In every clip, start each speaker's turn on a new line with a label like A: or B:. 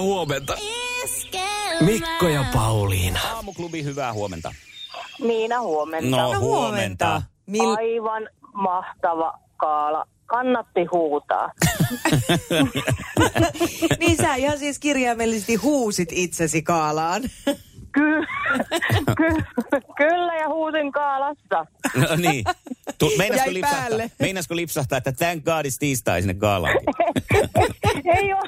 A: huomenta.
B: Mikko ja Pauliina.
C: Aamuklubi, hyvää huomenta.
D: Miina huomenta.
C: No huomenta.
E: Mil...
D: Aivan mahtava kaala. Kannatti huutaa.
E: Niin sä ihan siis kirjaimellisesti huusit itsesi kaalaan.
D: Ky- ky- kyllä ja huusin kaalassa.
C: No niin. Tu, meinasko,
E: Jäi
C: lipsahtaa,
E: päälle.
C: meinasko lipsahtaa, että thank god is tiistai sinne gaalaankin?
D: Ei on...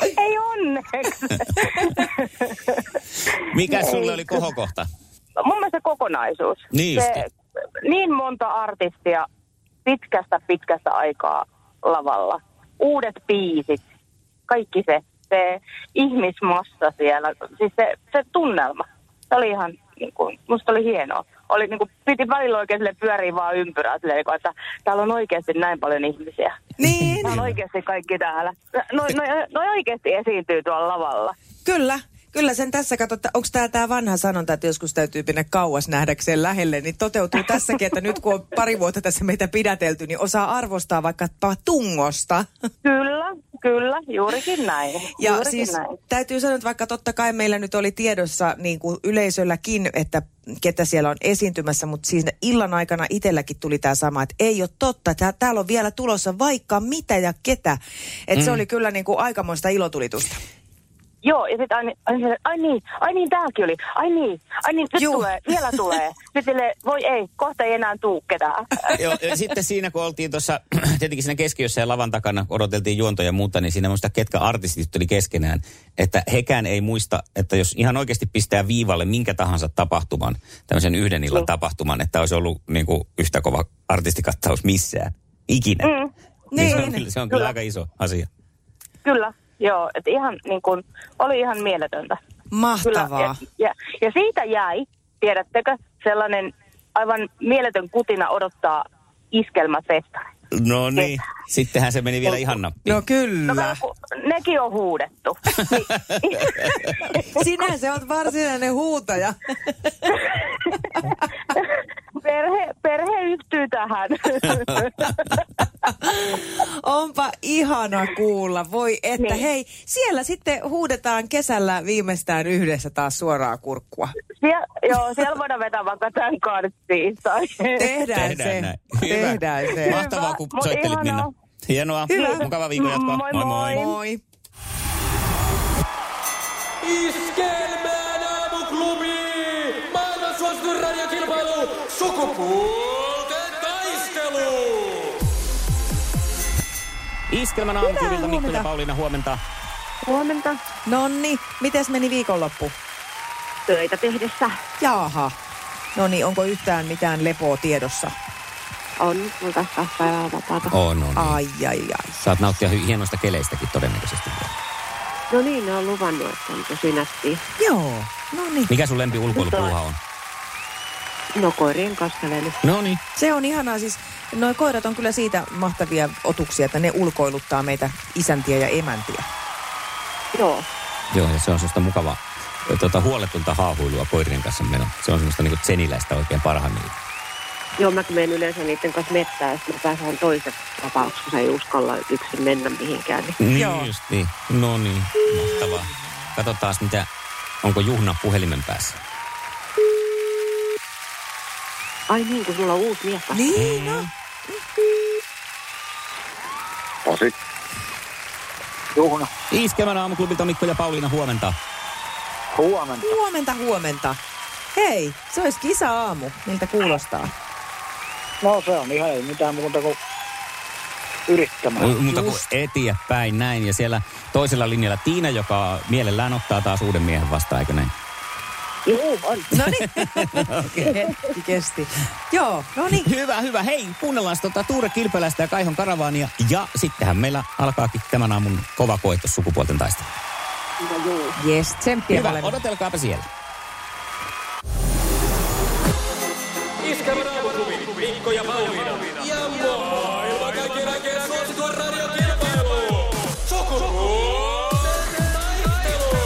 D: Ei onneksi.
C: Mikä sulle oli kohokohta?
D: Mun mielestä kokonaisuus.
C: Niin
D: Se,
C: justi.
D: niin monta artistia pitkästä pitkästä aikaa lavalla. Uudet biisit, kaikki se, se ihmismassa siellä, siis se, se tunnelma. Se oli ihan, niin kuin, musta oli hienoa. Oli, niin kuin, piti välillä oikein sille pyöriä vaan ympyrää silleen, niin kuin, että täällä on oikeasti näin paljon ihmisiä.
E: Niin,
D: Täällä on oikeasti kaikki täällä. No, no, no oikeasti esiintyy tuolla lavalla.
E: kyllä. Kyllä sen tässä katsotaan, onko tämä tää vanha sanonta, että joskus täytyy mennä kauas nähdäkseen lähelle, niin toteutuu tässäkin, että nyt kun on pari vuotta tässä meitä pidätelty, niin osaa arvostaa vaikkapa tungosta.
D: Kyllä, kyllä, juurikin näin.
E: Ja
D: juurikin
E: siis
D: näin.
E: täytyy sanoa, että vaikka totta kai meillä nyt oli tiedossa niin kuin yleisölläkin, että ketä siellä on esiintymässä, mutta siinä illan aikana itselläkin tuli tämä sama, että ei ole totta, tää, täällä on vielä tulossa vaikka mitä ja ketä. Että se oli kyllä niin kuin aikamoista ilotulitusta.
D: Joo, ja sitten aina, aina, ai niin, ai niin, täälläkin oli, ai niin, ai niin, nyt
E: Juu.
D: tulee, vielä tulee. Sitten silleen, voi ei, kohta ei enää tuu ketään.
C: Joo, ja sitten siinä kun oltiin tuossa, tietenkin siinä keskiössä ja lavan takana, kun odoteltiin juontoja ja muuta, niin siinä muista ketkä artistit tuli keskenään. Että hekään ei muista, että jos ihan oikeasti pistää viivalle minkä tahansa tapahtuman, tämmöisen yhden illan tapahtuman, että olisi ollut niin kuin yhtä kova artistikattaus missään. Ikinä. Mm. Niin. Se on,
E: Niin.
C: kyllä- se on kyllä aika iso asia.
D: Kyllä, joo, että ihan niin kuin, oli ihan mieletöntä. Kyllä,
E: Mahtavaa.
D: ja, ja, ja siitä jäi, tiedättekö, sellainen aivan mieletön kutina odottaa iskelmäfestari.
C: No niin. Sittenhän se meni vielä ihan nappiin.
E: No
D: No,
E: kyllä.
D: kun nekin on huudettu. Niin-
E: Sinä se on varsinainen huutaja.
D: perhe, perhe yhtyy tähän.
E: Onpa ihana kuulla. Voi että
D: Niin.
E: hei, siellä sitten huudetaan kesällä viimeistään yhdessä taas suoraa kurkkua.
D: Siellä, joo, siellä voidaan vetää vaikka tämän karttiin.
E: Tehdään, se.
C: näin. Hyvä.
E: Tehdään se.
C: Mahtavaa, kun
D: Hyvä, mut
C: soittelit
D: ihanaa.
C: Minna. Hienoa.
E: Hyvä.
C: Mukava viikon jatkoa.
D: Moi, moi.
E: Moi.
B: Iskelmään aamuklubi! Maailman suosituin radiokilpailu! Sukupuolten taistelu!
C: Iskelmän aamuklubilta Mikko ja
E: huomenta.
C: Pauliina huomenta.
D: Huomenta
E: Nonni, mites meni viikonloppu?
D: töitä tehdessä.
E: Jaaha. No niin, onko yhtään mitään lepoa tiedossa?
D: On mulla tässä kaksi päivää vapaata.
C: On, on.
E: Ai, ai, ai.
C: Saat nauttia hy- hienoista keleistäkin todennäköisesti.
D: No niin, ne on luvannut, että on tosi nättiä.
E: Joo, no niin.
C: Mikä sun lempi ulkoilupuuha on?
D: No koirien kastelelu.
C: No niin.
E: Se on ihanaa siis. Noi koirat on kyllä siitä mahtavia otuksia, että ne ulkoiluttaa meitä isäntiä ja emäntiä.
D: Joo,
C: Joo, ja se on semmoista mukavaa, tuota, huoletonta haahuilua koirien kanssa meno. Se on semmoista niinku tseniläistä oikein parhaimmillaan.
D: joo mä kun menen yleensä niiden kanssa mettään, sitten mä pääsen toisen vapaaksi, kun sä ei uskalla yksin mennä mihinkään. Niin.
C: Niin
E: Joo.
C: just niin. No niin, mahtavaa. Katsotaan mitä, onko Juhna puhelimen päässä.
D: Ai niin, kun sulla on uusi mies.
E: Niin, no.
F: Pasi. Juhna.
C: Iskelmän aamuklubilta Mikko ja Pauliina huomenta.
E: Niin.
F: Huomenta.
E: Huomenta, huomenta. Hei, se olisi kisa-aamu. Miltä kuulostaa?
F: No se on ihan ei mitään muuta kuin yrittämään.
C: Mutta kun eteenpäin näin. Ja siellä toisella linjalla Tiina, joka mielellään ottaa taas uuden miehen vastaan, eikö näin?
D: Joo, on.
E: No niin. Hetki kesti. Joo, no niin.
C: Hyvä, hyvä. Hei, kuunnellaan tota Tuure Kilpeläistä ja Kaihon Karavaania. Ja sittenhän meillä alkaakin tämän aamun kova koetus sukupuolten taistelu.
D: No joo.
E: Jes, tsemppiä
C: Hyvä,
E: molemmille.
C: odotelkaapa siellä.
B: Iskelmän aamuklubi! Mikko ja Pauliina! Ja maailman kaikkien aikeen suosituin radiokilpailu! Sukupuolten taistelu!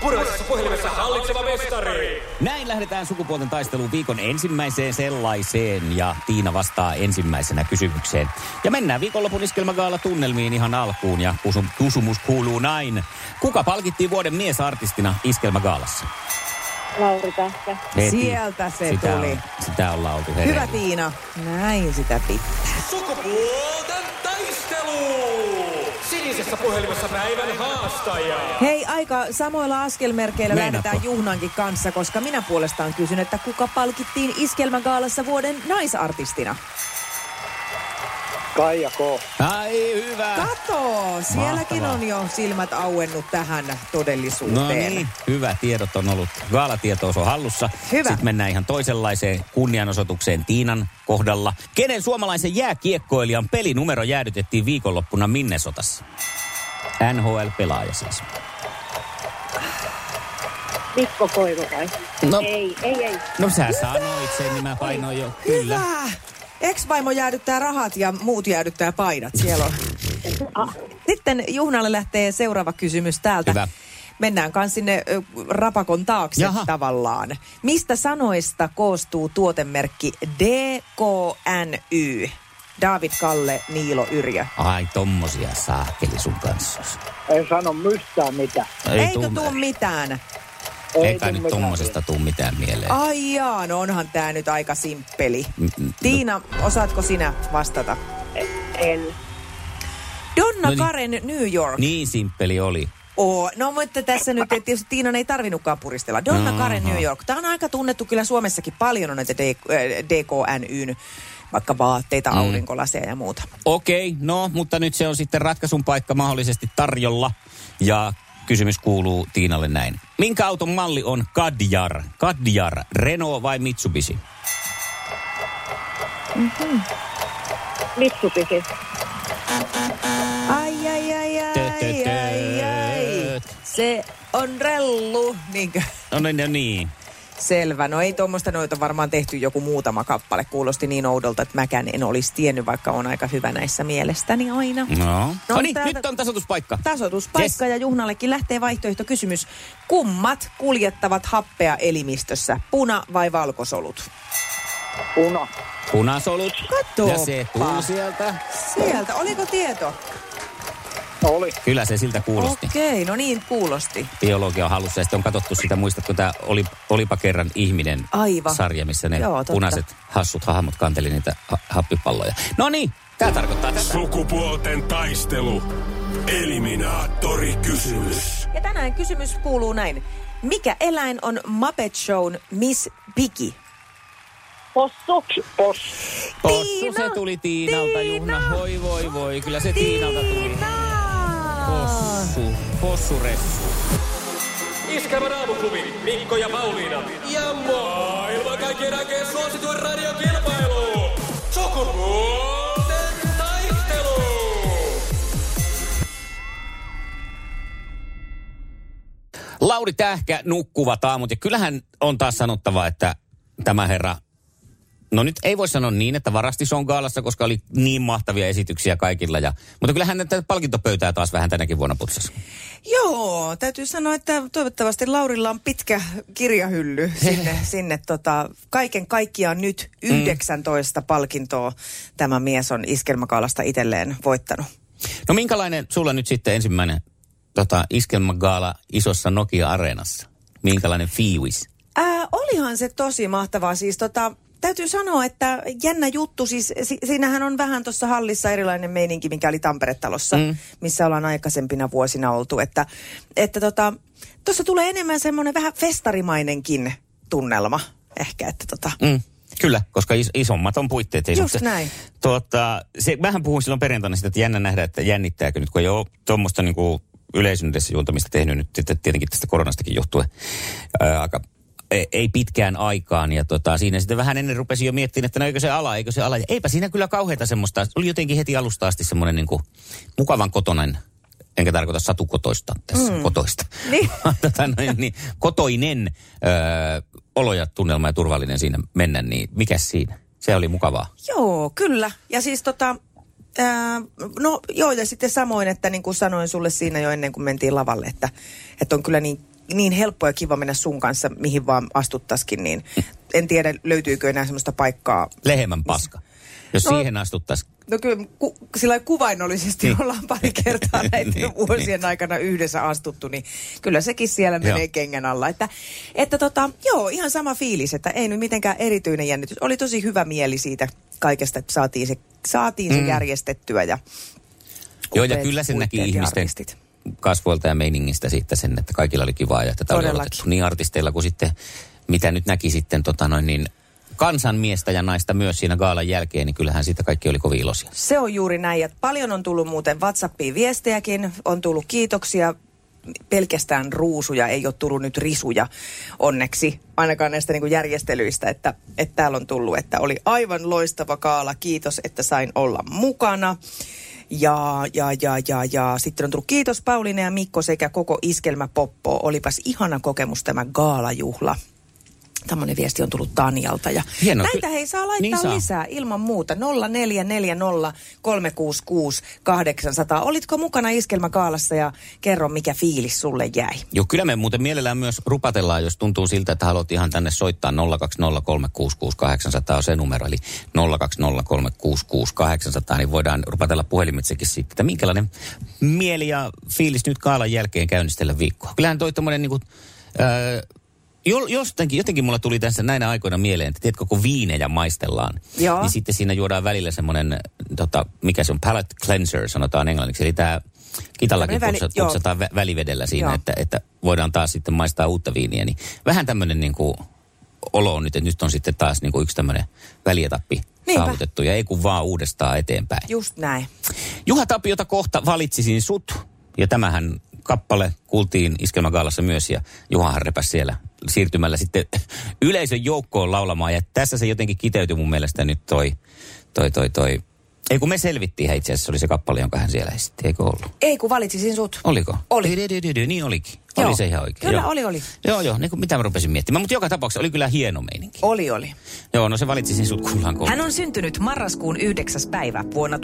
B: Puraisessa puhelimessa hallitse valitseva mestari.
C: Näin lähdetään sukupuolten taisteluun viikon ensimmäiseen sellaiseen ja Tiina vastaa ensimmäisenä kysymykseen. Ja mennään viikonlopun iskelmägaala tunnelmiin ihan alkuun ja kusum- kysymys kuuluu näin. Kuka palkittiin vuoden miesartistina iskelmägaalassa?
A: Lauri Tähkä.
E: Sieltä se
C: sitä
E: tuli.
C: On, sitä ollaan oltu
E: Hyvä
C: hereillä.
E: Tiina. Näin sitä pitää.
B: Sukupuolten taistelu. Sinisessä puhelimessa päivän haastaja.
E: Hei, aika samoilla askelmerkeillä
C: Meinaatko?
E: lähdetään Juhnankin kanssa, koska minä puolestaan kysyn, että kuka palkittiin Iskelmägaalassa vuoden naisartistina?
F: Kaija K.
C: Ai hyvä.
E: Kato, sielläkin
C: Mahtavaa.
E: on jo silmät auennut tähän todellisuuteen.
C: No niin, hyvä. Tiedot on ollut. Gaalatietous on hallussa.
E: Hyvä.
C: Sitten mennään ihan toisenlaiseen kunnianosoitukseen Tiinan kohdalla. Kenen suomalaisen jääkiekkoilijan pelinumero jäädytettiin viikonloppuna Minnesotassa? NHL-pelaaja siis.
A: Mikko Koivu vai?
C: No.
A: Ei, ei, ei.
C: No sä sanoit sen, niin mä painoin jo. Kyllä.
E: Hyvä. Ex-vaimo jäädyttää rahat ja muut jäädyttää painat. Siellä on. Sitten Juhnalle lähtee seuraava kysymys täältä.
C: Hyvä.
E: Mennään kans sinne ö, rapakon taakse
C: Jaha.
E: tavallaan. Mistä sanoista koostuu tuotemerkki DKNY? David Kalle Niilo Yrjö.
C: Ai tommosia saakeli sun kanssa.
F: En sano mystään mitä.
E: Eikö
C: tuu-
E: tuu mitään?
F: tuu
C: Ei kai nyt
F: mitään.
C: tommosesta tuu mitään mieleen.
E: Ai jaa, no onhan tää nyt aika simppeli.
C: Mm, mm,
E: Tiina, osaatko sinä vastata?
A: En.
E: Donna
C: No niin.
E: Karen New York.
C: Niin simppeli oli.
E: Oo, no mutta tässä nyt ei tietysti Tiinan ei tarvinnutkaan puristella. Donna
C: Aha.
E: Karen New York. Tämä on aika tunnettu kyllä Suomessakin paljon on näitä D- äh, DKNYn vaikka vaatteita,
C: Mm.
E: aurinkolaseja ja muuta.
C: Okei, no, mutta nyt se on sitten ratkaisun paikka mahdollisesti tarjolla. Ja kysymys kuuluu Tiinalle näin. Minkä auton malli on Kadjar? Kadjar, Renault vai Mitsubishi?
A: Mitsubishi.
E: Ai, ai, ai,
C: Tö, tö,
E: ai,
C: tö.
E: ai, ai. Se on rellu. Niinkö?
C: No niin, no niin.
E: Selvä. No ei tuommoista noita varmaan tehty joku muutama kappale. Kuulosti niin oudolta, että mäkään en olisi tiennyt, vaikka on aika hyvä näissä mielestäni aina.
C: No, no niin,
E: täältä-
C: nyt on tasoituspaikka.
E: tasoituspaikka
C: Yes.
E: yes. ja Juhnallekin lähtee vaihtoehtokysymys. Kummat kuljettavat happea elimistössä, puna vai valkosolut?
F: Uno.
C: Punasolut.
E: Katoppa.
C: Ja se tuli sieltä.
E: Sieltä, oliko tieto?
F: Oli.
C: Kyllä se siltä kuulosti. Okay.
E: Okei, okay, no niin, kuulosti.
C: Biologia on hallussa ja sitten on katsottu sitä, muistatko tämä oli, Olipa kerran ihminen
E: Aivan.
C: sarja, missä ne
E: Joo,
C: Joo,
E: totta.
C: punaiset hassut hahmot kanteli niitä ha- happipalloja. No niin, tämä tarkoittaa tätä.
G: Sukupuolten taistelu. Eliminaattori kysymys.
E: Ja tänään kysymys kuuluu näin. Mikä eläin on Muppet Shown Miss Piggy?
A: Possu.
F: Poss.
C: Possu
E: Tiina!
C: se tuli Tiinalta, Tiina! Juhna. Voi voi voi, kyllä se Tiinalta tuli. Possu, possuressu.
B: Iskävä raamuklubi, Mikko ja Pauliina. Ja maailman kaikkien aikeen suosituen radiokilpailu. Sukupuolten taistelu.
C: Lauri Tähkä, nukkuvat aamut. Ja kyllähän on taas sanottava, että tämä herra, no nyt ei voi sanoa niin, että varasti se on gaalassa, koska oli niin mahtavia esityksiä kaikilla. Ja, mutta kyllähän tätä palkintopöytää taas vähän tänäkin vuonna putsasi.
E: Joo, täytyy sanoa, että toivottavasti Laurilla on pitkä kirjahylly sinne, sinne tota, kaiken kaikkiaan nyt 19 palkintoa tämä mies on iskelmäkaalasta itselleen voittanut.
C: No minkälainen sulla nyt sitten ensimmäinen tota, iskelmägaala isossa Nokia-areenassa? Minkälainen fiilis?
E: Ää, olihan se tosi mahtavaa. Siis tota, täytyy sanoa, että jännä juttu. Siis si- siinähän on vähän tuossa hallissa erilainen meininki, mikä oli Tampere-talossa, mm. missä ollaan aikaisempina vuosina oltu. Että että tota, tuossa tulee enemmän semmoinen vähän festarimainenkin tunnelma ehkä, että tota...
C: Mm. Kyllä, koska is- isommat on puitteet. ei
E: Just
C: suhte-
E: näin.
C: Tuota, se, vähän puhuin silloin perjantaina sitä, että jännä nähdä, että jännittääkö nyt, kun ei ole tuommoista niin yleisön edessä juontamista tehnyt nyt sitten tietenkin tästä koronastakin johtuen ää, aika ei- ei pitkään aikaan. Ja tota, siinä sitten vähän ennen rupesin jo miettimään, että no eikö se ala, eikö se ala. Ja eipä siinä kyllä kauheita semmoista. Oli jotenkin heti alusta asti semmoinen niin kuin mukavan kotonen, enkä tarkoita satukotoista tässä, mm. kotoista.
E: Niin.
C: tota, noin, niin, kotoinen öö, olo ja tunnelma ja turvallinen siinä mennä, niin mikä siinä? Se oli mukavaa.
E: Joo, kyllä. Ja siis tota, ää, no joo, ja sitten samoin, että niin kuin sanoin sulle siinä jo ennen kuin mentiin lavalle, että, että on kyllä niin niin helppo ja kiva mennä sun kanssa, mihin vaan astuttaskin, niin en tiedä löytyykö enää semmoista paikkaa.
C: Lehmän paska. Jos
E: No-
C: no, siihen astuttaisiin.
E: No kyllä ku, sillä kuvainnollisesti
C: Niin.
E: ollaan pari kertaa näiden
C: Niin,
E: vuosien aikana yhdessä astuttu, niin kyllä sekin siellä
C: Joo.
E: menee kengän alla. Että, että tota, joo, ihan sama fiilis, että ei nyt mitenkään erityinen jännitys. Oli tosi hyvä mieli siitä kaikesta, että saatiin se, saatiin
C: Mm.
E: se järjestettyä ja
C: Joo, ja
E: upeat
C: kyllä sen näki
E: puitteet ja
C: ihmisten
E: artistit.
C: kasvoilta ja meiningistä sitten sen, että kaikilla oli kivaa ja tätä oli
E: Todellakin.
C: odotettu niin artisteilla kuin sitten, mitä nyt näki sitten tota noin niin, kansanmiestä ja naista myös siinä gaalan jälkeen, niin kyllähän siitä kaikki oli kovin iloisia.
E: Se on juuri näin, ja paljon on tullut muuten WhatsAppiin viestejäkin, on tullut kiitoksia, pelkästään ruusuja, ei ole tullut nyt risuja onneksi, ainakaan näistä niin kuin järjestelyistä, että, että täällä on tullut, että oli aivan loistava kaala, kiitos, että sain olla mukana. Ja, ja, ja, ja, ja sitten on tullut kiitos Pauliina ja Mikko sekä koko iskelmä Poppo. Olipas ihana kokemus tämä gaalajuhla. Tämmöinen viesti on tullut Tanjalta. Ja
C: Hieno,
E: näitä
C: ky-
E: hei saa laittaa
C: niin saa.
E: lisää lisää ilman muuta. 0440366800. Olitko mukana iskelmäkaalassa ja kerro, mikä fiilis sulle jäi?
C: Joo, kyllä me muuten mielellään myös rupatellaan, jos tuntuu siltä, että haluat ihan tänne soittaa 020366800 on se numero, eli 020366800, niin voidaan rupatella puhelimitsekin sitten, että minkälainen mieli ja fiilis nyt kaalan jälkeen käynnistellä viikkoa. Kyllähän toi tommonen niinku, öö, jo- jostenkin, jotenkin mulla tuli tässä näinä aikoina mieleen, että tiedätkö, kun viinejä maistellaan,
E: Joo.
C: niin sitten siinä juodaan välillä semmoinen, tota, mikä se on, palate cleanser sanotaan englanniksi, eli tämä kitallakin
E: Tämmönen väli-
C: putsa-
E: joo.
C: putsataan vä- välivedellä siinä,
E: Joo.
C: että, että voidaan taas sitten maistaa uutta viiniä. Niin vähän tämmöinen niin kuin olo on nyt, että nyt on sitten taas niin kuin yksi tämmöinen välietappi
E: Niinpä.
C: saavutettu ja ei kun vaan uudestaan eteenpäin.
E: Just näin.
C: Juha Tapiota kohta valitsisin sut ja tämähän kappale kuultiin Iskelmägaalassa myös ja Juhahan repäsi siellä siirtymällä sitten yleisön joukkoon laulamaan ja tässä se jotenkin kiteytyi mun mielestä nyt toi, toi, toi, toi. Ei kun me selvittiin, hän itse asiassa se oli se kappale, jonka hän siellä esitti, eikö ollut?
E: Ei kun valitsisin sut.
C: Oliko?
E: Oli.
C: Di-di-di-di-di, Niin olikin.
E: Joo.
C: Oli se ihan oikein.
E: Kyllä,
C: joo.
E: oli, oli.
C: Joo, joo, niin kuin mitä mä rupesin miettimään. Mutta joka tapauksessa oli kyllä hieno meininki.
E: Oli, oli.
C: Joo, no se valitsisin sut kuullaan kohta.
H: Hän on syntynyt marraskuun 9. päivä vuonna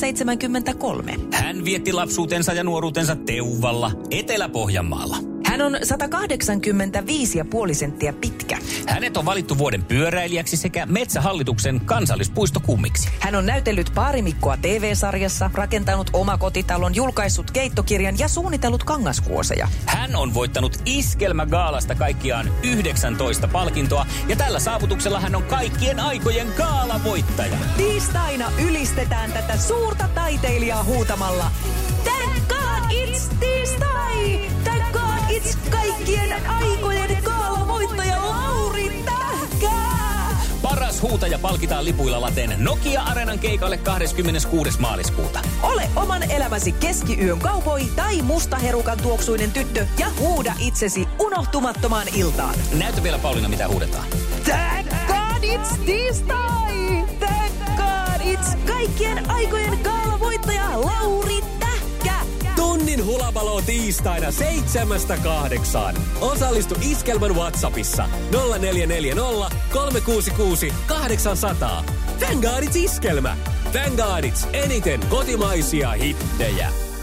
H: 1973.
C: Hän vietti lapsuutensa ja nuoruutensa Teuvalla, Etelä-Pohjanmaalla.
H: Hän on 185,5 senttiä pitkä.
C: Hänet on valittu vuoden pyöräilijäksi sekä Metsähallituksen kansallispuistokummiksi.
H: Hän on näytellyt paarimikkoa TV-sarjassa, rakentanut omakotitalon, julkaissut keittokirjan ja suunnitellut kangaskuoseja.
C: Hän on voittanut Iskelmägaalasta kaikkiaan 19 palkintoa ja tällä saavutuksella hän on kaikkien aikojen gaalavoittaja.
H: Tiistaina ylistetään tätä suurta taiteilijaa huutamalla. Thank God it's tiistai! Thank God it's kaikkien aikojen kaalavoittaja Lauri Tähkää!
C: Paras huutaja palkitaan lipuilla laten Nokia Arenan keikalle 26. maaliskuuta.
H: Ole oman elämäsi keskiyön kaupoi tai mustaherukan tuoksuinen tyttö ja huuda itsesi unohtumattomaan iltaan.
C: Näytä vielä Pauliina, mitä huudetaan.
H: Thank God it's tiistai! Thank God it's kaikkien aikojen kaalavoittaja Lauri Tähkä!
B: Tunnin hulapalo tiistaina seitsemästä kahdeksaan. Osallistu Iskelmän Whatsappissa 0440 366 800. Thank God it's Iskelmä! Thank God it's eniten kotimaisia hittejä.